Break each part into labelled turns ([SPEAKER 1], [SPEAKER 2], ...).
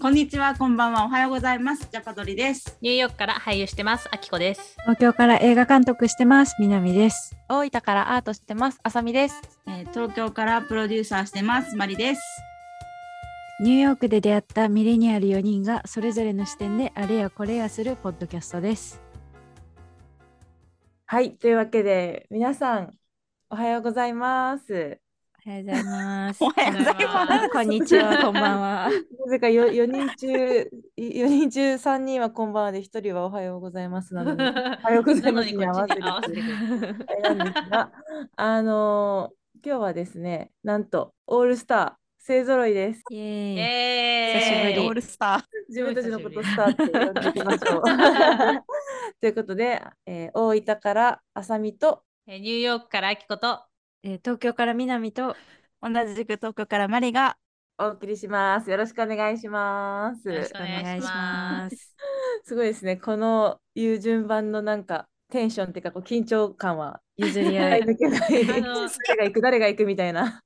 [SPEAKER 1] こんにちは、こんばんは、おはようございます。ジャパドリです。
[SPEAKER 2] ニューヨークから俳優してます。あきこです。
[SPEAKER 3] 東京から映画監督してます。南です。
[SPEAKER 4] 大分からアートしてます。あさみです。
[SPEAKER 1] えー東京からプロデューサーしてます。マリです。
[SPEAKER 3] ニューヨークで出会ったミレニアル4人がそれぞれの視点であれやこれやするポッドキャストです。
[SPEAKER 4] はい、というわけで、皆さん、おはようございます。
[SPEAKER 3] おはようございま す
[SPEAKER 1] おはようございます
[SPEAKER 3] こんにちは、こんばんは。
[SPEAKER 4] なぜかよ4人中、4人中3人はこんばんはで、1人はおはようございますなのに、おはようございますに合わせて
[SPEAKER 2] なのにこっちに合わせてくる
[SPEAKER 4] あれなんです が、あのー今日はですね、なんと、オールスター、勢ぞろいです。
[SPEAKER 3] イ
[SPEAKER 2] イ
[SPEAKER 3] エーイ。
[SPEAKER 2] エーイ
[SPEAKER 3] 久しぶりオー
[SPEAKER 2] ルスタ
[SPEAKER 4] 自分たちのこと
[SPEAKER 2] す
[SPEAKER 4] スターって呼んでいきまし ょう。ということで、えー大分からあさみと、
[SPEAKER 2] ー。ニューヨークからあきこと。
[SPEAKER 3] えー東京から南と
[SPEAKER 1] 同じく東京からマリが。
[SPEAKER 4] お送りします。よろしくお願いします。
[SPEAKER 2] よろしく
[SPEAKER 3] お願いします。
[SPEAKER 4] すごいですね。このいう順番のなんかテンションっていうかこう緊張感は
[SPEAKER 3] 譲り合
[SPEAKER 4] 誰
[SPEAKER 3] い。
[SPEAKER 4] が
[SPEAKER 2] あの
[SPEAKER 4] 行く誰が行くみたいな。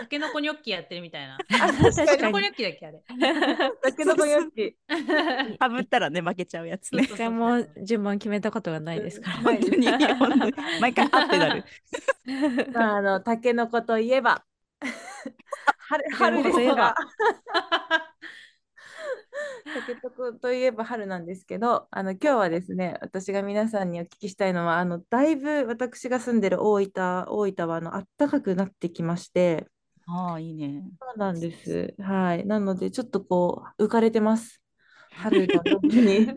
[SPEAKER 2] たけのこニョッキやってるみたいな。
[SPEAKER 3] 確
[SPEAKER 2] たけ
[SPEAKER 3] か
[SPEAKER 2] のこ
[SPEAKER 3] に。
[SPEAKER 2] ニョッキだっけあれ。
[SPEAKER 4] だけどこよっち。
[SPEAKER 1] かぶったらね、負けちゃうやつ
[SPEAKER 2] そう
[SPEAKER 1] ね。
[SPEAKER 2] そうそ
[SPEAKER 3] 一
[SPEAKER 2] う
[SPEAKER 3] 回も順番決めたことがないで すから。
[SPEAKER 4] 本当に
[SPEAKER 1] 本当に毎回あってなる。
[SPEAKER 4] まああのタケノコといえば春春
[SPEAKER 3] タケノ
[SPEAKER 4] で
[SPEAKER 3] コと
[SPEAKER 4] す
[SPEAKER 3] いえば
[SPEAKER 4] が。タケノコといえば春なんですけど、あの今日はですね、私が皆さんにお聞きしたいのは、あのだいぶ私が住んでる大分、大分はあの暖かくなってきまして、
[SPEAKER 1] ああ、いいね。
[SPEAKER 4] そうなんです。はい。なので、ちょっとこう、浮かれてます。春が本 当に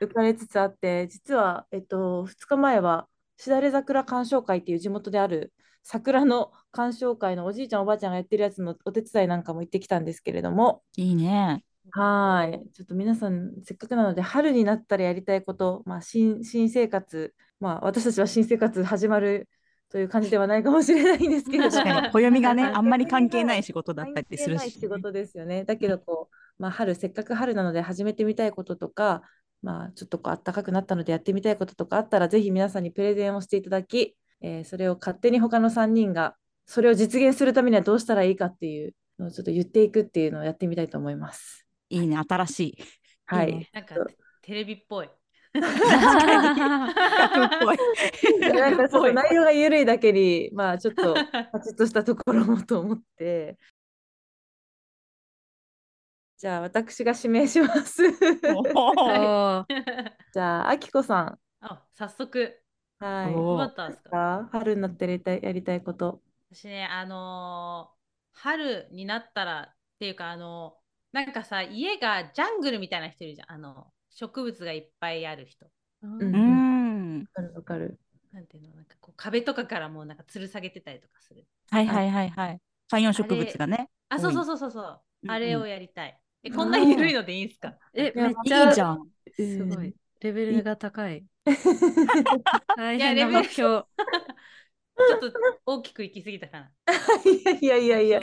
[SPEAKER 4] 浮かれつつあって、実は、えっと、2日前は、しだれ桜鑑賞会っていう地元である桜の鑑賞会のおじいちゃん、おばあちゃんがやってるやつのお手伝いなんかも行ってきたんですけれども、
[SPEAKER 1] いいね。
[SPEAKER 4] はい。ちょっと皆さん、せっかくなので、春になったらやりたいこと、まあ、新、新生活、まあ、私たちは新生活始まるという感じではないかもしれないんですけれど
[SPEAKER 1] 確 かに、暦がね、あんまり関係ない仕事だったりする
[SPEAKER 4] 関係ない
[SPEAKER 1] し
[SPEAKER 4] 仕。事ですよね。だけどこう、まあ、春せっかく春なので始めてみたいこととか、まあ、ちょっとこう暖かくなったのでやってみたいこととかあったらぜひ皆さんにプレゼンをしていただき、えーそれを勝手に他の3人がそれを実現するためにはどうしたらいいかっていうのをちょっと言っていくっていうのをやってみたいと思います。
[SPEAKER 1] いいね、新し い。
[SPEAKER 4] はい。
[SPEAKER 3] いいね
[SPEAKER 2] なんかテレビっぽい。
[SPEAKER 1] 企画っぽい。
[SPEAKER 4] な んかちょっと内容が緩いだけに、まあ、ちょっとパチッとしたところもと思って。じゃあ私が指名します。
[SPEAKER 1] おー
[SPEAKER 3] おー
[SPEAKER 4] じゃあ、あきこさ
[SPEAKER 2] あ、早速。
[SPEAKER 4] ん。は
[SPEAKER 1] お
[SPEAKER 4] い。
[SPEAKER 2] どうだったんですか
[SPEAKER 4] あ春になってやりたいやりたいこと。
[SPEAKER 2] 私ね、あのー春になったらっていうか、あのーなんかさ、家がジャングルみたいな人いるじゃん。あの植物がいっぱいある人。
[SPEAKER 4] う
[SPEAKER 1] うーん。
[SPEAKER 4] わかるわかる。
[SPEAKER 2] なんていうの、なんかこう壁とかからもうなんか吊る下げてたりとかする。
[SPEAKER 1] はいはいはいはい。観葉植物がね。
[SPEAKER 2] あ、
[SPEAKER 1] 多い
[SPEAKER 2] そうそうそうそうそう。
[SPEAKER 1] うん
[SPEAKER 2] あれをやりたい。え、こんな緩いのでいいんすか
[SPEAKER 3] え、
[SPEAKER 4] いや
[SPEAKER 3] めっ
[SPEAKER 1] い
[SPEAKER 3] ちゃ
[SPEAKER 1] いじゃん。
[SPEAKER 3] すご い。レベルが高い。大
[SPEAKER 2] いや
[SPEAKER 3] 変な
[SPEAKER 2] レベル
[SPEAKER 3] 目標。
[SPEAKER 2] ちょっと大きく行き過ぎたかな。
[SPEAKER 4] いやいやいやいや。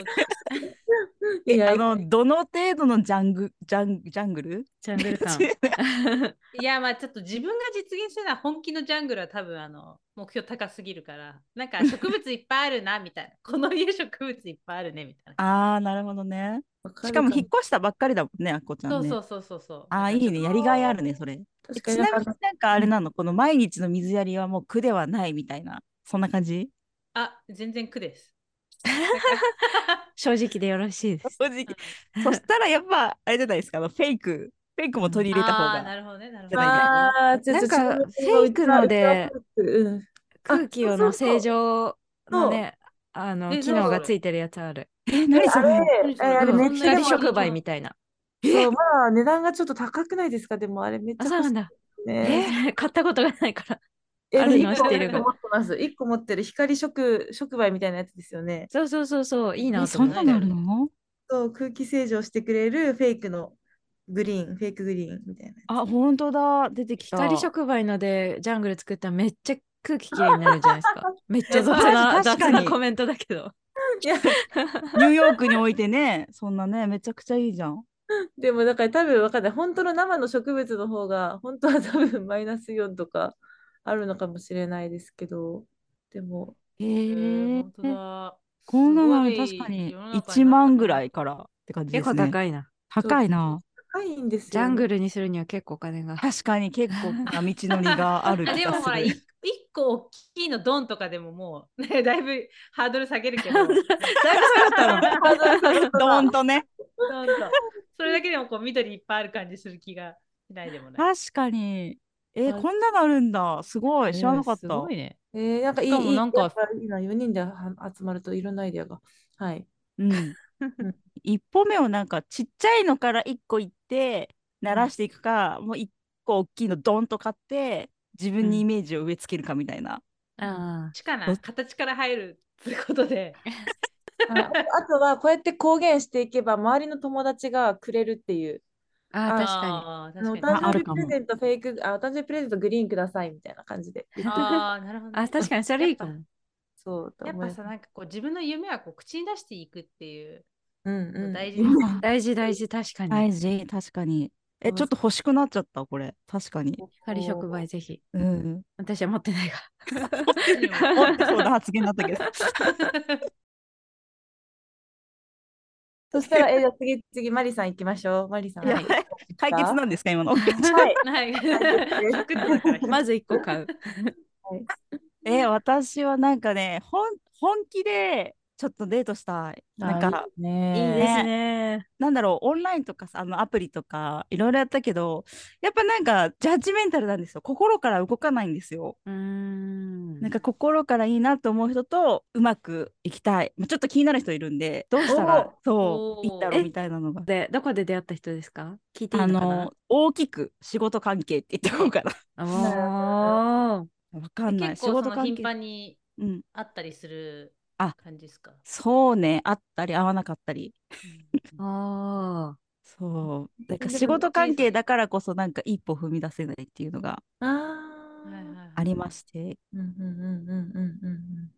[SPEAKER 4] いや
[SPEAKER 1] あの、どの程度のジャング、ジャン、ジャングル
[SPEAKER 3] ジャング ル感。
[SPEAKER 2] いや、まあちょっと自分が実現するのは本気のジャングルは多分あの目標高すぎるから、なんか植物いっぱいあるなみたいな。 この家植物いっぱいあるねみたいな。
[SPEAKER 1] ああ、なるほどね。
[SPEAKER 4] わか
[SPEAKER 1] し
[SPEAKER 4] る
[SPEAKER 1] かも
[SPEAKER 4] か
[SPEAKER 1] 引っ越したばっかりだもんね、あっこちゃん
[SPEAKER 2] そ
[SPEAKER 1] ね。
[SPEAKER 2] うそうそうそうそう。
[SPEAKER 1] ああ、いいね。やりがいあるね、それ。え
[SPEAKER 4] 確か
[SPEAKER 1] ち
[SPEAKER 4] に
[SPEAKER 1] な
[SPEAKER 4] な
[SPEAKER 1] み
[SPEAKER 4] ん
[SPEAKER 1] に
[SPEAKER 4] か
[SPEAKER 1] なんかあれなの、この毎日の水やりはもう苦ではないみたいな、そんな感じ
[SPEAKER 2] あ、全然苦です。
[SPEAKER 3] 正直でよろしい です。
[SPEAKER 1] 正直。 そしたらやっぱ、あれじゃないですか、あのフェイク、フェイクも取り入れた
[SPEAKER 2] ああー、
[SPEAKER 1] 方
[SPEAKER 2] な
[SPEAKER 1] が。
[SPEAKER 2] るほどね、なるほ
[SPEAKER 1] じ
[SPEAKER 2] ど
[SPEAKER 1] ゃない
[SPEAKER 2] ね。
[SPEAKER 4] あーちょっと
[SPEAKER 3] なんか
[SPEAKER 4] 自分の
[SPEAKER 3] フェイクので
[SPEAKER 4] うん
[SPEAKER 3] 空気をの正常のね、あ
[SPEAKER 2] え
[SPEAKER 3] の
[SPEAKER 2] そう
[SPEAKER 3] 機能がついてるやつある。
[SPEAKER 1] え、何そ
[SPEAKER 4] あ
[SPEAKER 1] れ
[SPEAKER 4] れ
[SPEAKER 2] そ
[SPEAKER 4] え
[SPEAKER 2] れ
[SPEAKER 4] あれ
[SPEAKER 3] うん
[SPEAKER 4] めっち
[SPEAKER 3] 光
[SPEAKER 4] ゃでも
[SPEAKER 2] 光
[SPEAKER 3] 触媒みたいな。
[SPEAKER 4] そうまあ値段がちょっと高くないですかでもあれめっちゃ
[SPEAKER 3] あ、そう
[SPEAKER 4] 欲
[SPEAKER 3] な
[SPEAKER 4] し
[SPEAKER 3] ん
[SPEAKER 4] い
[SPEAKER 3] だ。
[SPEAKER 4] ね。
[SPEAKER 3] え、 買ったことがないから。
[SPEAKER 4] え
[SPEAKER 3] ある
[SPEAKER 4] 一
[SPEAKER 3] の
[SPEAKER 4] 個
[SPEAKER 3] 知ってる
[SPEAKER 4] 一個持ってます。一個持ってる光触触媒みたいなやつですよね。
[SPEAKER 3] そうそうそうそう、いいな
[SPEAKER 1] え
[SPEAKER 3] と
[SPEAKER 1] そ
[SPEAKER 3] 思
[SPEAKER 1] ん
[SPEAKER 3] っ
[SPEAKER 1] な
[SPEAKER 3] て。
[SPEAKER 1] のあるの
[SPEAKER 4] そう空気清浄してくれるフェイクのグリーンフェイクグリーンみたいなやつ。
[SPEAKER 1] あ、本当だ。出てきた。
[SPEAKER 3] 光触媒のでジャングル作ったらめっちゃ空気き れいになるじゃないですか。めっちゃ雑な
[SPEAKER 1] 確か
[SPEAKER 3] 雑
[SPEAKER 1] に
[SPEAKER 3] なコメントだけど。
[SPEAKER 4] いや
[SPEAKER 1] ニューヨークにおいてね、そんなね、めちゃくちゃいいじゃん。
[SPEAKER 4] でもだから多分分かんない本当の生の植物の方が本当は多分マイナス4とかあるのかもしれないですけどでも
[SPEAKER 1] へ
[SPEAKER 2] えー
[SPEAKER 1] え
[SPEAKER 2] 本。当だ。
[SPEAKER 1] こんなの
[SPEAKER 2] すごい
[SPEAKER 1] 確かに
[SPEAKER 2] 世の中になった
[SPEAKER 1] 1万ぐらいからって感じで
[SPEAKER 3] 結
[SPEAKER 1] す
[SPEAKER 3] 構
[SPEAKER 1] ね。
[SPEAKER 3] 高いな。
[SPEAKER 1] 高いな。
[SPEAKER 4] 高いんですよ、
[SPEAKER 3] ジャングルにするには結構お金が。
[SPEAKER 1] 確かに結構な道のりがある
[SPEAKER 2] あ
[SPEAKER 1] 気
[SPEAKER 2] で
[SPEAKER 1] が
[SPEAKER 2] も ほら、
[SPEAKER 1] す
[SPEAKER 2] い
[SPEAKER 1] る。
[SPEAKER 2] 一個大きいのドンとかでももう、 ね、だいぶハードル下げるけど、ドン
[SPEAKER 1] だ
[SPEAKER 2] と
[SPEAKER 1] いぶ下がったの。
[SPEAKER 4] ハードル下げた
[SPEAKER 1] ドーンとね。
[SPEAKER 2] それだけでもこう緑いっぱいある感じする気がしないでもない。
[SPEAKER 1] 確かに。え
[SPEAKER 4] は
[SPEAKER 1] ー、
[SPEAKER 4] い
[SPEAKER 1] こんなのあるんだ。すごい。知らなかっ
[SPEAKER 2] す
[SPEAKER 1] た。
[SPEAKER 2] ごいね。
[SPEAKER 4] えー、なんかいい、
[SPEAKER 2] しかも
[SPEAKER 4] いい
[SPEAKER 2] なんか
[SPEAKER 4] やっぱいいな、4人では集まるといろんなアイデアが。はい。
[SPEAKER 1] うん。一歩目をなんかちっちゃいのから一個行って、鳴らしていくか、もう一個大きいのドンと買って、自分にイメージを植え付けるかみたいな。
[SPEAKER 3] あ
[SPEAKER 2] ちかな、形から入るってことで。
[SPEAKER 4] あああとは、こうやって公言していけば、周りの友達がくれるっていう。
[SPEAKER 3] ーあー、確かに。
[SPEAKER 2] あー
[SPEAKER 4] あのお
[SPEAKER 2] 確かに
[SPEAKER 4] 誕
[SPEAKER 1] ああ
[SPEAKER 4] 生
[SPEAKER 1] る
[SPEAKER 4] 日
[SPEAKER 1] か
[SPEAKER 4] プ
[SPEAKER 1] も
[SPEAKER 4] レゼント、フェイク、あ、お誕生日プレゼントグリーンくださいみたいな感じで。
[SPEAKER 2] あーなるほどね、
[SPEAKER 3] あ、確かにそれいいか
[SPEAKER 2] やっ
[SPEAKER 3] も。
[SPEAKER 4] そうと
[SPEAKER 2] ぱやっ
[SPEAKER 4] 思
[SPEAKER 2] ぱ
[SPEAKER 4] います
[SPEAKER 2] さ、なんかこう自分の夢はこう口に出していくっていう
[SPEAKER 4] うん
[SPEAKER 2] の
[SPEAKER 4] うん。
[SPEAKER 2] 大事ですね。
[SPEAKER 3] 大事大事、確かに。
[SPEAKER 1] 大事、確かに。え、
[SPEAKER 4] そう
[SPEAKER 1] ちょっと欲しくなっちゃった、これ。確かに。
[SPEAKER 3] 光触媒ぜひ。
[SPEAKER 1] うん。
[SPEAKER 3] 私は持ってないが。
[SPEAKER 1] おってそうな発言だったけど。
[SPEAKER 4] そしたら、えーじゃあ次、次、マリさん行きましょう。マリさん。
[SPEAKER 1] いや解決なんですか、今の。
[SPEAKER 4] はい。
[SPEAKER 2] はい。
[SPEAKER 4] です
[SPEAKER 2] 食ってたから
[SPEAKER 3] まず1個買う。
[SPEAKER 1] え、私はなんかね、本本気でちょっとデートしたい。なん
[SPEAKER 4] あ
[SPEAKER 1] か、
[SPEAKER 4] いいね
[SPEAKER 3] いいですね。
[SPEAKER 1] なんだろう、オンラインとかさ、あのアプリとか、いろいろやったけど、やっぱなんか、ジャッジメンタルなんですよ。心から動かないんですよ。
[SPEAKER 3] うーん。
[SPEAKER 1] なんか、心からいいなと思う人と、うまくいきたい。まあ、ちょっと気になる人いるんで、どうしたら、そう、いいんだろ
[SPEAKER 3] おー
[SPEAKER 1] うみたいなのが。
[SPEAKER 3] で、どこで出会った人ですか聞いていい
[SPEAKER 1] あ
[SPEAKER 3] のかな
[SPEAKER 1] の、大きく仕事関係って言ってこうかな。
[SPEAKER 3] おー
[SPEAKER 1] わかんない。
[SPEAKER 2] 結
[SPEAKER 1] 仕
[SPEAKER 2] 構そ
[SPEAKER 1] 事
[SPEAKER 2] の
[SPEAKER 1] 関
[SPEAKER 2] 頻
[SPEAKER 1] 係。
[SPEAKER 2] 繁に
[SPEAKER 1] うん。
[SPEAKER 2] あったりする
[SPEAKER 1] あ
[SPEAKER 2] 感じですか。
[SPEAKER 1] そうね。あったり、合わなかったり。
[SPEAKER 3] あ
[SPEAKER 1] そう。だから
[SPEAKER 4] でも
[SPEAKER 1] 仕事関
[SPEAKER 2] 小
[SPEAKER 1] 係
[SPEAKER 2] さ
[SPEAKER 1] だからこそ、なんか一歩踏み出せないっていうのが
[SPEAKER 4] あ
[SPEAKER 2] う
[SPEAKER 4] あ。
[SPEAKER 2] んはいはいはい
[SPEAKER 1] ありまして、
[SPEAKER 4] うんうんうんうんうんうんうん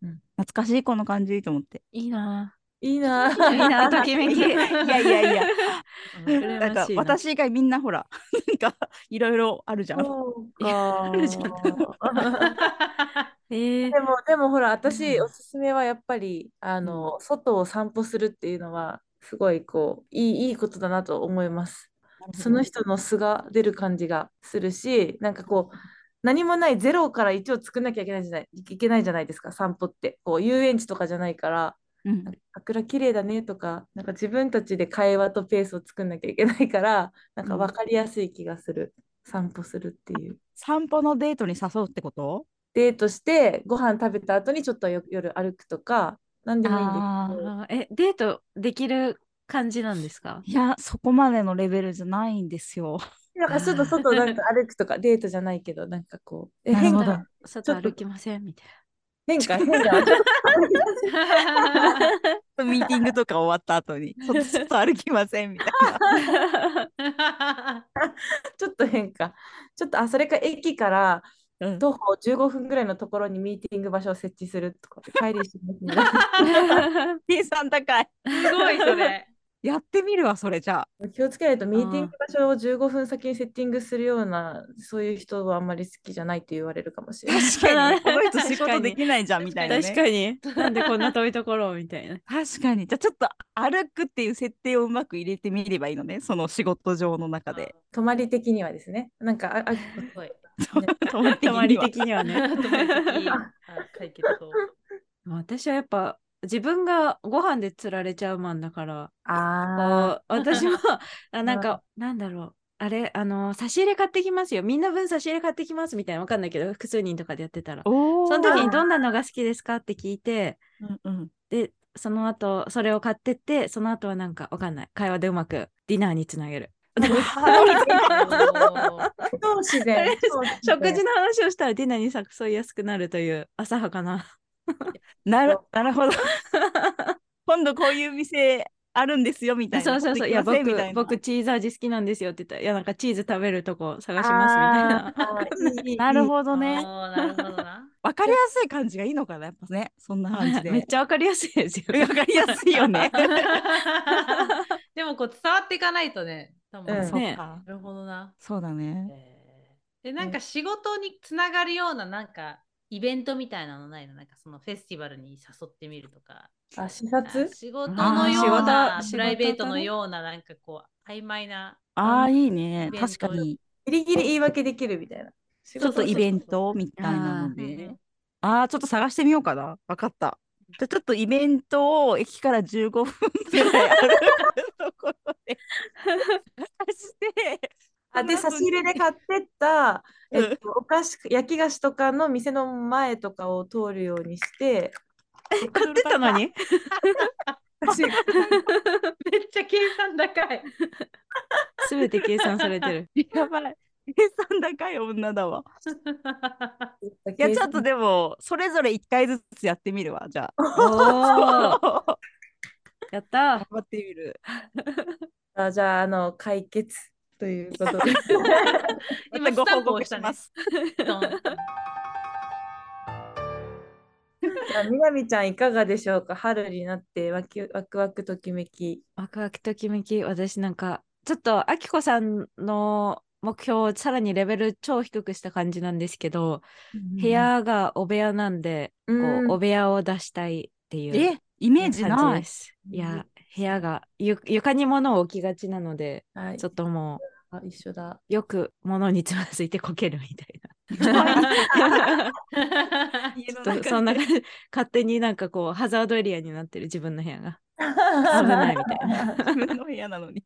[SPEAKER 4] うん。
[SPEAKER 1] 懐かしいこの感じと思って。
[SPEAKER 3] ーいいない
[SPEAKER 4] いなぁ。
[SPEAKER 3] ぁいいなぁときめき
[SPEAKER 1] いやい やいや。
[SPEAKER 3] 羨
[SPEAKER 1] なん
[SPEAKER 3] ま
[SPEAKER 1] か
[SPEAKER 3] しいな
[SPEAKER 1] 私以外みんなほら、 なんかいろいろあるじゃん。
[SPEAKER 4] そうか
[SPEAKER 1] るじゃん
[SPEAKER 3] えー
[SPEAKER 4] でも、でもほら、私、
[SPEAKER 3] うん
[SPEAKER 4] おすすめはやっぱり、あの、外を散歩するっていうのは、すごい、こう、いい、いいことだなと思います。その人の素が出る感じがするし、なんかこう、何もないゼロから一を作んなきゃいけないじゃない、いけないじゃないですか、散歩って。こう、遊園地とかじゃないから、
[SPEAKER 1] うん
[SPEAKER 4] なんか桜綺麗だねとか、なんか自分たちで会話とペースを作んなきゃいけないから、なんか分かりやすい気がする、散歩するっていう。
[SPEAKER 1] 散歩のデートに誘うってこと
[SPEAKER 4] デートしてご飯食べた後にちょっとよ夜歩くとか何でもいいんですけど
[SPEAKER 3] あーえデートできる感じなんですか
[SPEAKER 1] いや、そこまでのレベルじゃないんですよ。
[SPEAKER 4] なんかちょっと外なんか歩くとかデートじゃないけどなんかこうえ
[SPEAKER 1] なる
[SPEAKER 4] 変
[SPEAKER 1] ほど
[SPEAKER 4] 化
[SPEAKER 3] 外歩きませんみたい
[SPEAKER 4] 変化変化ちょっ
[SPEAKER 1] ミーティングとか終わった後に、ちょっとちょっと歩きませんみたいな。
[SPEAKER 3] な
[SPEAKER 4] とちょっと変化ちょっとあそれか駅から
[SPEAKER 1] うん
[SPEAKER 4] 徒歩15分ぐらいのところにミーティング場所を設置するとかって帰りしますね
[SPEAKER 1] 計算高い。
[SPEAKER 2] すごいそれ。
[SPEAKER 1] やってみるわ、それじゃあ。
[SPEAKER 4] 気をつけないとミーティング場所を15分先にセッティングするようなそういう人はあんまり好きじゃないって言われるかもし れない。
[SPEAKER 1] 確かに、この人仕
[SPEAKER 3] 確か
[SPEAKER 1] 事
[SPEAKER 3] に
[SPEAKER 1] できないじゃんみたいな、ね。
[SPEAKER 3] 確かになんでこんな遠いところみたいな
[SPEAKER 1] 確かに。じゃあちょっと歩くっていう設定をうまく入れてみればいいのね。その仕事上の中で。
[SPEAKER 4] 泊まり的にはですねなんかああ
[SPEAKER 2] すごい。
[SPEAKER 1] 泊まり的
[SPEAKER 3] 泊まり
[SPEAKER 1] には
[SPEAKER 3] 的には ね
[SPEAKER 2] 友達あ解決法
[SPEAKER 3] 私はやっぱ自分がご飯で釣られちゃうマンだから
[SPEAKER 4] あ
[SPEAKER 3] こう私もあなんかなんだろうあれあの差し入れ買ってきますよみんな分差し入れ買ってきますみたいなわかんないけど複数人とかでやってたら
[SPEAKER 1] おー
[SPEAKER 3] その時にどんなのが好きですかって聞いて
[SPEAKER 1] うんうん
[SPEAKER 3] でその後それを買ってってその後はなんかわかんない会話でうまくディナーにつなげる
[SPEAKER 4] 超自
[SPEAKER 3] あ
[SPEAKER 4] 然
[SPEAKER 3] れ。
[SPEAKER 4] 超自然
[SPEAKER 3] 食事の話をしたらディナーに誘いやすくなるという浅はかな
[SPEAKER 1] なるなる ほど。今度こういう店あるんですよみたいな。
[SPEAKER 3] そう そうそうい
[SPEAKER 1] 今
[SPEAKER 3] や
[SPEAKER 1] 度行き
[SPEAKER 3] 僕
[SPEAKER 1] ませんみたいな
[SPEAKER 3] 僕チーズ味好きなんですよって言ったらいやなんかチーズ食べるとこ探しますみ た
[SPEAKER 1] な
[SPEAKER 3] いな
[SPEAKER 1] る
[SPEAKER 4] ど。
[SPEAKER 1] ほどね。
[SPEAKER 2] なるほどな。
[SPEAKER 1] わかりやすい感じがいいのかな、やっぱね。そんな感じで。
[SPEAKER 3] めっちゃわかりやすいですよね
[SPEAKER 1] わかりやすいよね。
[SPEAKER 2] でもこう伝わっていかないとね。多分
[SPEAKER 4] うん
[SPEAKER 2] な
[SPEAKER 1] そっ
[SPEAKER 3] ね
[SPEAKER 1] か。
[SPEAKER 2] るほどな。
[SPEAKER 1] そうだね。
[SPEAKER 2] えーでなんか仕事につながるようななんかイベントみたいなのないのなんかそのフェスティバルに誘ってみるとか
[SPEAKER 4] あ、視察
[SPEAKER 2] 仕事のよう
[SPEAKER 3] あー
[SPEAKER 2] な
[SPEAKER 3] 仕事
[SPEAKER 2] プライベー
[SPEAKER 3] 仕事
[SPEAKER 2] ト
[SPEAKER 3] だね
[SPEAKER 2] のようななんかこう曖昧な
[SPEAKER 1] ああ、
[SPEAKER 2] うん
[SPEAKER 1] いいね
[SPEAKER 2] イ。ベント
[SPEAKER 1] 確かに、
[SPEAKER 4] ギリギリ言い訳できるみたいな。
[SPEAKER 1] ち
[SPEAKER 4] ち
[SPEAKER 1] ょっとイベン
[SPEAKER 2] そう
[SPEAKER 1] トみたいなの
[SPEAKER 2] そうそうそう
[SPEAKER 1] で。ああ、ちょっと探してみようかな。わかった。じゃあちょっとイベントを駅から15分ぐらい歩くところで探して、
[SPEAKER 4] あで、差し入れで買ってった、
[SPEAKER 1] うん
[SPEAKER 4] えっと、お菓子、焼き菓子とかの店の前とかを通るようにして、
[SPEAKER 3] 買ってたのに
[SPEAKER 4] 私
[SPEAKER 2] めっちゃ計算高 い。
[SPEAKER 3] 全て計算されて る。
[SPEAKER 1] やばい。計算高い女だわ。いや、ちょっとでも、それぞれ1回ずつやってみるわ、じゃあ。
[SPEAKER 3] おー
[SPEAKER 1] 頑
[SPEAKER 3] やったー
[SPEAKER 1] 張ってみる。
[SPEAKER 4] あじゃあ、あの、解決ということで。
[SPEAKER 2] 今
[SPEAKER 1] ま
[SPEAKER 2] ス
[SPEAKER 1] た
[SPEAKER 2] タ
[SPEAKER 1] ご
[SPEAKER 2] ンプ
[SPEAKER 1] 報
[SPEAKER 2] 押
[SPEAKER 1] 告
[SPEAKER 2] し
[SPEAKER 1] した
[SPEAKER 2] ね
[SPEAKER 1] ま。す。
[SPEAKER 2] ドン
[SPEAKER 4] じゃあ、みなみちゃん、いかがでしょうか春になって、ワキワクワクときめき。
[SPEAKER 3] ワクワクときめき、私なんか、ちょっと、あきこさんの目標をさらにレベル超低くした感じなんですけど、部屋がお部屋なんで、こ
[SPEAKER 4] うん
[SPEAKER 3] う、お部屋を出したいっていう
[SPEAKER 1] え、イメージ
[SPEAKER 3] 感
[SPEAKER 1] な
[SPEAKER 3] じ
[SPEAKER 1] い
[SPEAKER 3] で。す。いや、部屋がゆ、床に物を置きがちなので、
[SPEAKER 4] はい、
[SPEAKER 3] ちょっとも
[SPEAKER 4] あ一緒だ。
[SPEAKER 3] う、よく物につまずいてこけるみたい な。
[SPEAKER 1] 家の
[SPEAKER 3] ちょ
[SPEAKER 1] 中
[SPEAKER 3] っと
[SPEAKER 1] で
[SPEAKER 3] そんな 感じ、勝手になんかこう、ハザードエリアになってる自分の部屋が。危ないみたいな。
[SPEAKER 1] 自分の部屋なのに。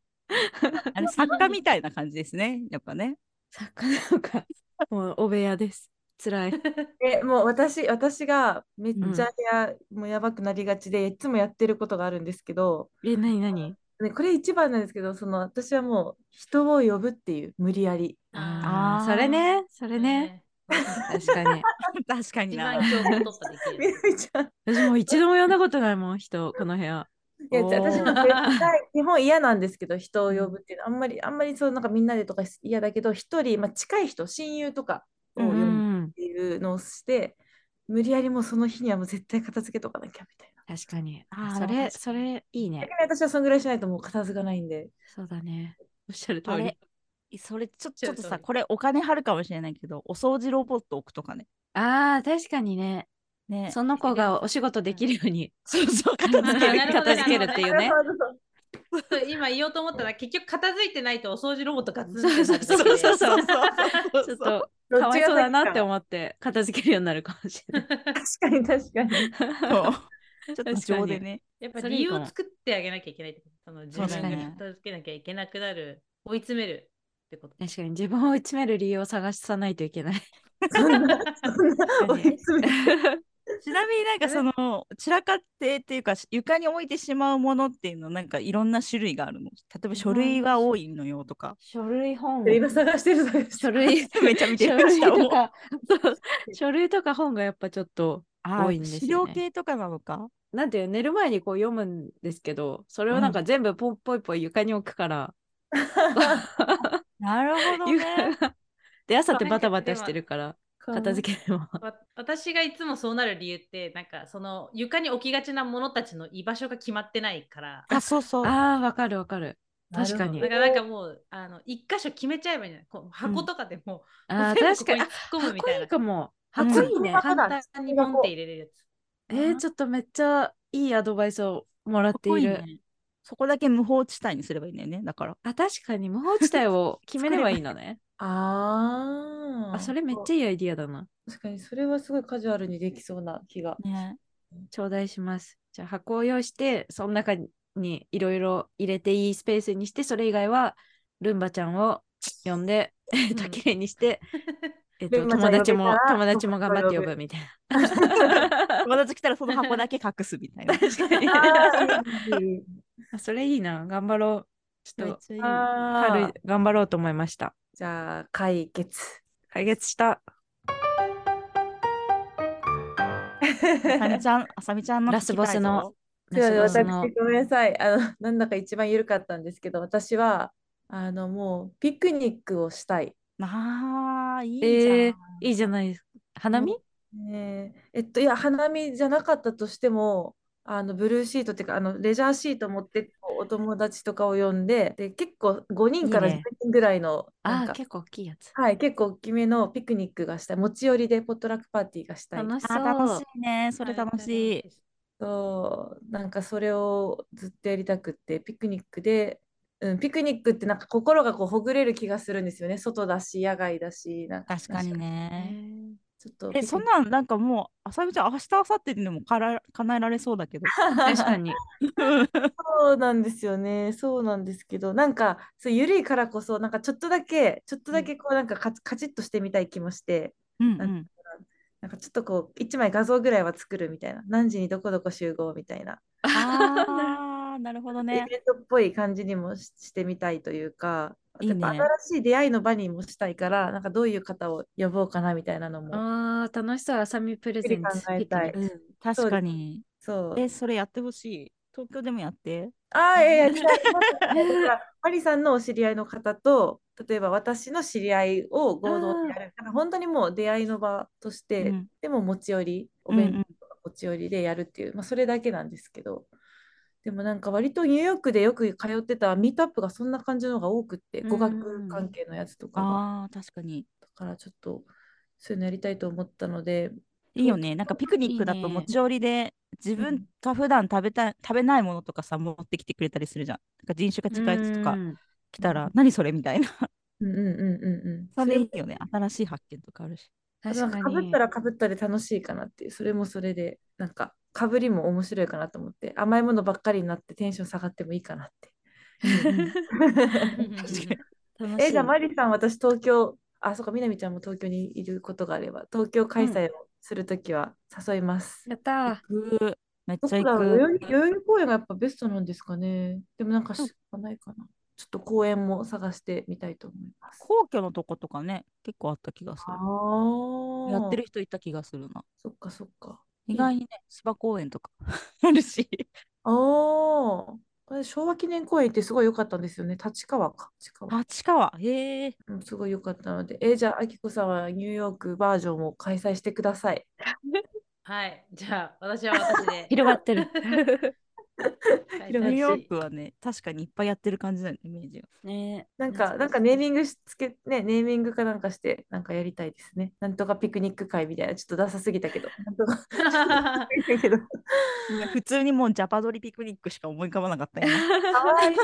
[SPEAKER 1] あれ作家みたいな感じですね、やっぱね。
[SPEAKER 3] 作家なのか、 もう、お部屋です。辛い。
[SPEAKER 4] え、もう私、私がめっちゃ部屋、もうやばくなりがちで、いつもやってることがあるんですけど、
[SPEAKER 3] え、なにな に
[SPEAKER 4] ね、これ一番なんですけど、その私はもう人を呼ぶっていう、無理やり。
[SPEAKER 3] あ
[SPEAKER 1] あー
[SPEAKER 3] あ、それね、それね。。確かに。
[SPEAKER 1] 確かに
[SPEAKER 2] 一
[SPEAKER 1] な。
[SPEAKER 2] 番今日も突破でき
[SPEAKER 4] み
[SPEAKER 2] る。
[SPEAKER 4] なみちゃん。
[SPEAKER 3] 私もう一度も呼んだことないもん、人、この部屋。
[SPEAKER 4] いや、
[SPEAKER 1] おー
[SPEAKER 4] 私も絶対基本嫌なんですけど、人を呼ぶっていうのは、あんまり、あんまりそう、なんかみんなでとか嫌だけど、一人、まあ、近い人、親友とかを
[SPEAKER 1] う
[SPEAKER 4] 呼
[SPEAKER 1] ん
[SPEAKER 3] う
[SPEAKER 1] うん
[SPEAKER 4] ぶっ
[SPEAKER 3] ん、
[SPEAKER 4] ていうのをして、無理やりもうその日にはもう絶対片付けとかなきゃみたいな。
[SPEAKER 3] 確かに。
[SPEAKER 1] あー
[SPEAKER 3] そ
[SPEAKER 1] 確か
[SPEAKER 3] れ、
[SPEAKER 1] に
[SPEAKER 3] それ、いいね
[SPEAKER 4] 逆。に私はそんぐらいしないともう片付かないんで。
[SPEAKER 3] そうだね。おっしゃる通
[SPEAKER 1] あ
[SPEAKER 3] り
[SPEAKER 1] れ。それちょち
[SPEAKER 2] ち
[SPEAKER 1] ょ
[SPEAKER 2] ょ
[SPEAKER 1] っ
[SPEAKER 2] っ
[SPEAKER 1] と
[SPEAKER 2] と
[SPEAKER 1] さ、これお金張るかもしれないけど、お掃除ロボット置くとかね。
[SPEAKER 3] ああ、確かにね。
[SPEAKER 1] ね。
[SPEAKER 3] その子がお仕事できるように
[SPEAKER 1] そうそう、
[SPEAKER 3] 片
[SPEAKER 1] 片
[SPEAKER 3] 付
[SPEAKER 1] 付ける。
[SPEAKER 2] な
[SPEAKER 3] ける
[SPEAKER 2] るほど
[SPEAKER 3] 片付けるっていうね
[SPEAKER 4] な。るほど
[SPEAKER 2] そう今言おうと思ったら結局片付いてないとお掃除ロボットがず
[SPEAKER 3] そうそうそうそうそう。 ち
[SPEAKER 1] そう
[SPEAKER 3] ょ っ
[SPEAKER 1] そう
[SPEAKER 3] と、かわいそうだなって
[SPEAKER 4] どっ
[SPEAKER 3] 思って、片付けるようになるかもしれない。
[SPEAKER 4] ちが先か確かに確かに。
[SPEAKER 1] そ うちょっと
[SPEAKER 3] 確か
[SPEAKER 1] 情
[SPEAKER 3] に
[SPEAKER 1] でね。
[SPEAKER 2] やっぱ
[SPEAKER 3] それ
[SPEAKER 2] 理
[SPEAKER 3] いい
[SPEAKER 2] 由
[SPEAKER 3] かも
[SPEAKER 2] を作ってあげなきゃいけないってことその自分
[SPEAKER 1] 確かに
[SPEAKER 2] が片付けなきゃいけなくなる、追い詰めるってこと。
[SPEAKER 3] 確かに、自分を追い詰める理由を探さないといけない。
[SPEAKER 4] そんなそんな追い詰め
[SPEAKER 1] ちなみになんかその散らかってっていうかし床に置いてしまうものっていうのなんかいろんな種類があるの。例えば書類が多いのよとか。
[SPEAKER 3] 書類本
[SPEAKER 4] て今探してる探して
[SPEAKER 3] 書
[SPEAKER 4] る。
[SPEAKER 3] 類、
[SPEAKER 1] めっちゃ見て
[SPEAKER 3] 書
[SPEAKER 1] ま
[SPEAKER 3] 類
[SPEAKER 1] した。
[SPEAKER 3] と
[SPEAKER 1] もう
[SPEAKER 3] か、そう書類とか本がやっぱちょっと、
[SPEAKER 1] あ
[SPEAKER 3] 多
[SPEAKER 1] ー
[SPEAKER 3] いんですよね
[SPEAKER 1] 資料系とかなのか。
[SPEAKER 3] なんていうの寝る前にこう読むんですけど、それをなんか全部ポンポイポイ床に置くから、
[SPEAKER 1] なるほど
[SPEAKER 3] 床
[SPEAKER 1] ね。
[SPEAKER 3] が。 で、朝って
[SPEAKER 2] まあ
[SPEAKER 3] バタバタしてるから、片付ければ。
[SPEAKER 2] わ私がいつもそうなる理由ってなんかその床に置きがちなものたちの居場所が決まってないから
[SPEAKER 1] あ、そうそう。
[SPEAKER 3] ああ、わかるわかる。確かに
[SPEAKER 2] だからなんかもうあの一箇所決めちゃえばいいんじゃないこう箱とかでもう、
[SPEAKER 3] ああ、
[SPEAKER 2] 全部
[SPEAKER 3] 確かに。
[SPEAKER 2] こ
[SPEAKER 3] あ
[SPEAKER 2] こに突っ込むみ
[SPEAKER 3] 箱
[SPEAKER 2] たいな
[SPEAKER 3] い
[SPEAKER 2] い
[SPEAKER 3] かも。
[SPEAKER 1] うん
[SPEAKER 3] 箱いいね。
[SPEAKER 4] 箱だ
[SPEAKER 2] 簡単にポンって入れれるやつ。
[SPEAKER 3] えー、ちょっとめっちゃいいアドバイスをもらって
[SPEAKER 1] かっ
[SPEAKER 3] い
[SPEAKER 1] こ
[SPEAKER 3] る。
[SPEAKER 1] いいねそこだけ無法地帯にすればいいんだよね。だから。
[SPEAKER 3] あ、確かに無法地帯を決めればいいのね。
[SPEAKER 4] ああ。
[SPEAKER 3] あ、それめっちゃいいアイディアだな。
[SPEAKER 4] 確かにそれはすごいカジュアルにできそうな気が。
[SPEAKER 1] ね。
[SPEAKER 3] 頂戴します。じゃあ箱を用意して、その中にいろいろ入れていいスペースにして、それ以外はルンバちゃんを呼んで、えっと、
[SPEAKER 2] うん
[SPEAKER 3] 綺麗にして、えっと、
[SPEAKER 4] ルンバちゃ
[SPEAKER 3] 友
[SPEAKER 4] ん
[SPEAKER 3] 達も
[SPEAKER 4] 呼べ、たら
[SPEAKER 3] 友達も頑張って呼ぶ
[SPEAKER 4] 呼ぶ
[SPEAKER 3] みたいな。
[SPEAKER 1] 友達来たらその箱だけ隠すみたい な。
[SPEAKER 3] 確かに。
[SPEAKER 4] あーいい
[SPEAKER 3] それいいな。頑張ろう。ちょっと、
[SPEAKER 1] いい
[SPEAKER 4] あー
[SPEAKER 3] 春、頑張ろうと思いました。
[SPEAKER 4] じゃあ解 決。
[SPEAKER 3] 解決した。
[SPEAKER 1] あさみちゃ ん、あさみちゃんの
[SPEAKER 3] ラスボスの
[SPEAKER 4] では
[SPEAKER 3] ラスボス
[SPEAKER 4] 私
[SPEAKER 3] の
[SPEAKER 4] ごめんなさいあのなんだか一番緩かったんですけど私はあのもうピクニックをしたい。
[SPEAKER 1] 聞きたいぞ。ああ、いいじゃん。
[SPEAKER 3] えー、いいじゃないですか。花見
[SPEAKER 4] ねええっといや花見じゃなかったとしてもあのブルーシートっていうかあのレジャーシート持ってこうお友達とかを呼んでで結構5人から
[SPEAKER 3] いい
[SPEAKER 4] 10
[SPEAKER 3] ね
[SPEAKER 4] 人ぐらいのな
[SPEAKER 3] あ
[SPEAKER 4] ん
[SPEAKER 3] あ、
[SPEAKER 4] か
[SPEAKER 3] 結構大きいやつ。
[SPEAKER 4] はい、結構大きめのピクニックがしたい持ち寄りでポットラックパーティーがしたい。
[SPEAKER 3] 楽し
[SPEAKER 1] あ
[SPEAKER 3] そ
[SPEAKER 1] ー楽
[SPEAKER 3] う
[SPEAKER 1] し。いね。それ楽しい。
[SPEAKER 4] そう、なんかそれをずっとやりたくって、ピクニックで、うん、ピクニックってなんか心がこうほぐれる気がするんですよね。外だし、野外だし、なん
[SPEAKER 1] 確かに。ね。
[SPEAKER 4] ちょっと
[SPEAKER 1] え、
[SPEAKER 4] ピク
[SPEAKER 1] そん
[SPEAKER 4] ニ
[SPEAKER 1] なん、なんかもう、あさみちゃん、明日、明後日にでもから叶えられそうだけど。
[SPEAKER 3] 確かに。
[SPEAKER 4] そうなんですよね。そうなんですけど、なんかそう緩いからこそ、なんかちょっとだけ、ちょっとだけこうなんかカチカチッとしてみたい気もして、
[SPEAKER 1] うんう。
[SPEAKER 4] なんなんかちょっとこう一枚画像ぐらいは作るみたいな、何時にどこどこ集合みたいな、
[SPEAKER 1] ああ、なるほど
[SPEAKER 4] イ
[SPEAKER 1] ね。
[SPEAKER 4] ベントっぽい感じにもししてみたいというか、あとやっぱ
[SPEAKER 1] いいね
[SPEAKER 4] 新しい出会いの場にもしたいから、なんかどういう方を呼ぼうかなみたいなのも、
[SPEAKER 3] ああ、楽しそう。あさみプレゼンツ。
[SPEAKER 4] ゆっくり考えた
[SPEAKER 3] ピ
[SPEAKER 4] い
[SPEAKER 3] クニック
[SPEAKER 1] 確かに。
[SPEAKER 4] そう。
[SPEAKER 1] え、それやってほしい。東京でもやって。
[SPEAKER 4] ああ、いやいや、期待しますねだからマリさんのお知り合いの方と、例えば私の知り合いを合同でやる。だから本当にもう出会いの場とし
[SPEAKER 1] う
[SPEAKER 4] て、
[SPEAKER 1] ん
[SPEAKER 4] でも持ち寄り、お
[SPEAKER 1] うんう
[SPEAKER 4] 弁
[SPEAKER 1] ん
[SPEAKER 4] 当の持ち寄りでやるっていう、まあ、それだけなんですけど、でもなんか割とニューヨークでよく通ってたミートアップがそんな感じのが多くって、語
[SPEAKER 3] うん
[SPEAKER 4] 学関係のやつとかが、
[SPEAKER 1] ああ、確かに。
[SPEAKER 4] だからちょっとそういうのやりたいと思ったので、
[SPEAKER 1] いいよね。なんかピクニックだ
[SPEAKER 3] いい
[SPEAKER 1] と
[SPEAKER 3] ね
[SPEAKER 1] 持ち寄りで、自
[SPEAKER 4] う
[SPEAKER 1] 分
[SPEAKER 4] ん
[SPEAKER 1] が普段食べたい、食べないものとかさ、持ってきてくれたりするじゃん。なんか人種が近いやつと
[SPEAKER 3] う
[SPEAKER 1] か
[SPEAKER 3] ん
[SPEAKER 1] 来たら、何それみたいな。
[SPEAKER 4] うんうんうんうんうん。
[SPEAKER 1] そ
[SPEAKER 4] それ
[SPEAKER 1] れ
[SPEAKER 4] も
[SPEAKER 1] いいよね。新しい発見とかあるし。
[SPEAKER 4] な
[SPEAKER 3] 確
[SPEAKER 4] んか
[SPEAKER 3] か
[SPEAKER 4] かぶっ
[SPEAKER 3] に
[SPEAKER 4] た。らかぶったで楽しいかなっていう、それもそれで、なんかかぶりも面白いかなと思って、甘いものばっかりになってテンション下がってもいいかなって。
[SPEAKER 3] 楽しい
[SPEAKER 4] え、じゃあ、マリさん、私、東京、あ、そうか、みなみちゃんも東京にいることがあれば、東京開催をするときは誘います。
[SPEAKER 3] やったー。
[SPEAKER 1] 行くめっ
[SPEAKER 4] ど
[SPEAKER 1] ちゃ
[SPEAKER 4] こ
[SPEAKER 1] 行
[SPEAKER 4] だろう代々
[SPEAKER 1] く。
[SPEAKER 4] 木代々木公園がやっぱベストなんですかね。でもなんかしかないかな。ちょっと公園も探してみたいと思います。
[SPEAKER 1] 皇居のとことかね、結構あった気がする。
[SPEAKER 4] あ
[SPEAKER 1] やって
[SPEAKER 4] る。
[SPEAKER 1] る人いた気がするな。
[SPEAKER 4] そっかそっか。
[SPEAKER 1] 意外にね、芝公園とか あるし。
[SPEAKER 4] ああ、これ昭和記念公園ってすごい良かったんですよね。立川か。立川。
[SPEAKER 1] 立川。へえ。
[SPEAKER 4] うんすごい良かったので。えーじゃあ、あきこさんはニューヨークバージョンを開催してください。
[SPEAKER 2] はい、じゃあ私は私で。
[SPEAKER 3] 広がってる。
[SPEAKER 2] はい
[SPEAKER 1] ニューヨーク
[SPEAKER 2] 私
[SPEAKER 1] はね、確かにいっぱいやってる感じだよね、イメージが。
[SPEAKER 3] ね
[SPEAKER 4] なんか、なんかネーミングしつけ、ね、ネーミングかなんかして、なんかやりたいですね。なんとかピクニック会みたいな、ちょっとダサすぎたけど。なんとかピクニックだけど。
[SPEAKER 1] いや普通にもうジャパドリピクニックしか思い浮かばなかったよね。
[SPEAKER 4] 可愛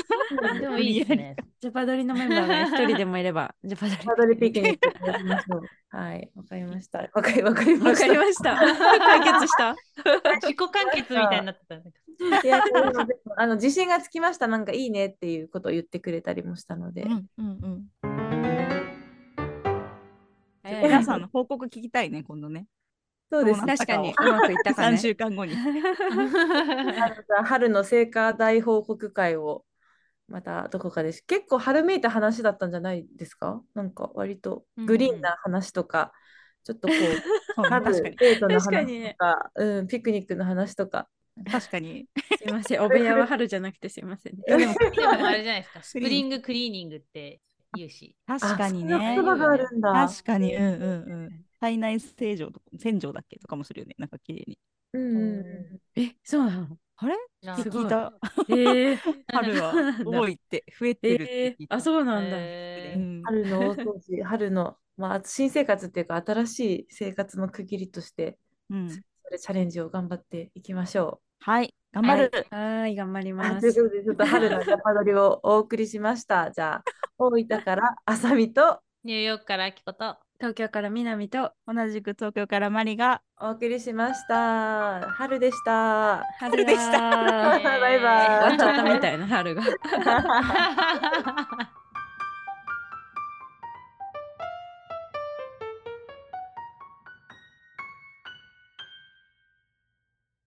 [SPEAKER 4] い。
[SPEAKER 2] でもいいですね。
[SPEAKER 3] ジャパドリのメンバーが一人でもいれば、ジャパドリ。
[SPEAKER 4] ハードルピクニックやりましょう。はい、わかりました。わかり、わかりま
[SPEAKER 3] わ
[SPEAKER 4] し
[SPEAKER 3] か
[SPEAKER 4] た
[SPEAKER 3] り。ました。 解決した。
[SPEAKER 2] 自己完結みたいになってたね。
[SPEAKER 4] いやでもでもあの自信がつきました、なんかいいねっていうことを言ってくれたりもしたので、
[SPEAKER 1] うんうんうん。
[SPEAKER 4] は
[SPEAKER 1] 皆
[SPEAKER 4] い
[SPEAKER 1] さんの報告聞きたいね、今度ね。
[SPEAKER 4] そうです
[SPEAKER 1] どうな
[SPEAKER 4] ね
[SPEAKER 1] っ。
[SPEAKER 3] 確かに、うまくいったか
[SPEAKER 1] 3
[SPEAKER 3] ね。
[SPEAKER 1] 週間後に。
[SPEAKER 4] なので春の聖火大報告会をまたどこかです。結構春めいた話だったんじゃないですかなんか割とグリーンな話とか、ちょっとこう、
[SPEAKER 1] そうね
[SPEAKER 4] 春
[SPEAKER 1] 確かに。
[SPEAKER 4] デートの
[SPEAKER 3] 確かに
[SPEAKER 4] 話と
[SPEAKER 3] ね
[SPEAKER 4] か、うん、ピクニックの話とか。
[SPEAKER 1] 確かに。
[SPEAKER 3] すいません。お部屋は春じゃなくてすいませんね。
[SPEAKER 4] で
[SPEAKER 2] でも あれじゃないですか。ス
[SPEAKER 1] ク
[SPEAKER 2] プ
[SPEAKER 1] リーン
[SPEAKER 2] リングクリーニングって言うし。
[SPEAKER 1] 確かに
[SPEAKER 4] あそんな
[SPEAKER 1] ね
[SPEAKER 4] 言。葉があるんだ。
[SPEAKER 1] 確かに。うんうんうん。体内洗浄とか、洗浄だっけとかもするよね。なんか綺麗に。
[SPEAKER 4] うんうんう
[SPEAKER 3] え、そうなの
[SPEAKER 1] あれ
[SPEAKER 2] なん
[SPEAKER 1] っ
[SPEAKER 2] か
[SPEAKER 1] て聞いた。
[SPEAKER 3] えー、
[SPEAKER 1] 春は
[SPEAKER 3] そうなんだ
[SPEAKER 1] 多いって、増えてるって
[SPEAKER 3] え
[SPEAKER 1] 聞
[SPEAKER 3] ー
[SPEAKER 1] い、た。
[SPEAKER 3] あ、そうなんだ。
[SPEAKER 2] へ
[SPEAKER 1] う
[SPEAKER 2] ー
[SPEAKER 1] ん
[SPEAKER 4] ん。春の大掃除、春の、まあ、新生活っていうか、新しい生活の区切りとして、
[SPEAKER 1] うん。
[SPEAKER 4] それチャレンジを頑張っていきましょう。
[SPEAKER 1] はい。頑張る。
[SPEAKER 3] はーい、頑張り
[SPEAKER 4] あ
[SPEAKER 3] ま
[SPEAKER 4] というこ
[SPEAKER 3] す。
[SPEAKER 4] とで、ちょっと春のジャパドリをお送りしました。じゃあ、大分からあさみと
[SPEAKER 2] ニューヨークからあきこと。
[SPEAKER 3] 東京から南と
[SPEAKER 1] 同じく東京からマリが。
[SPEAKER 4] お送りしました。春でした。
[SPEAKER 3] 春でした。終
[SPEAKER 4] バイバイ
[SPEAKER 3] わっちゃったみたいな春が。
[SPEAKER 2] たい。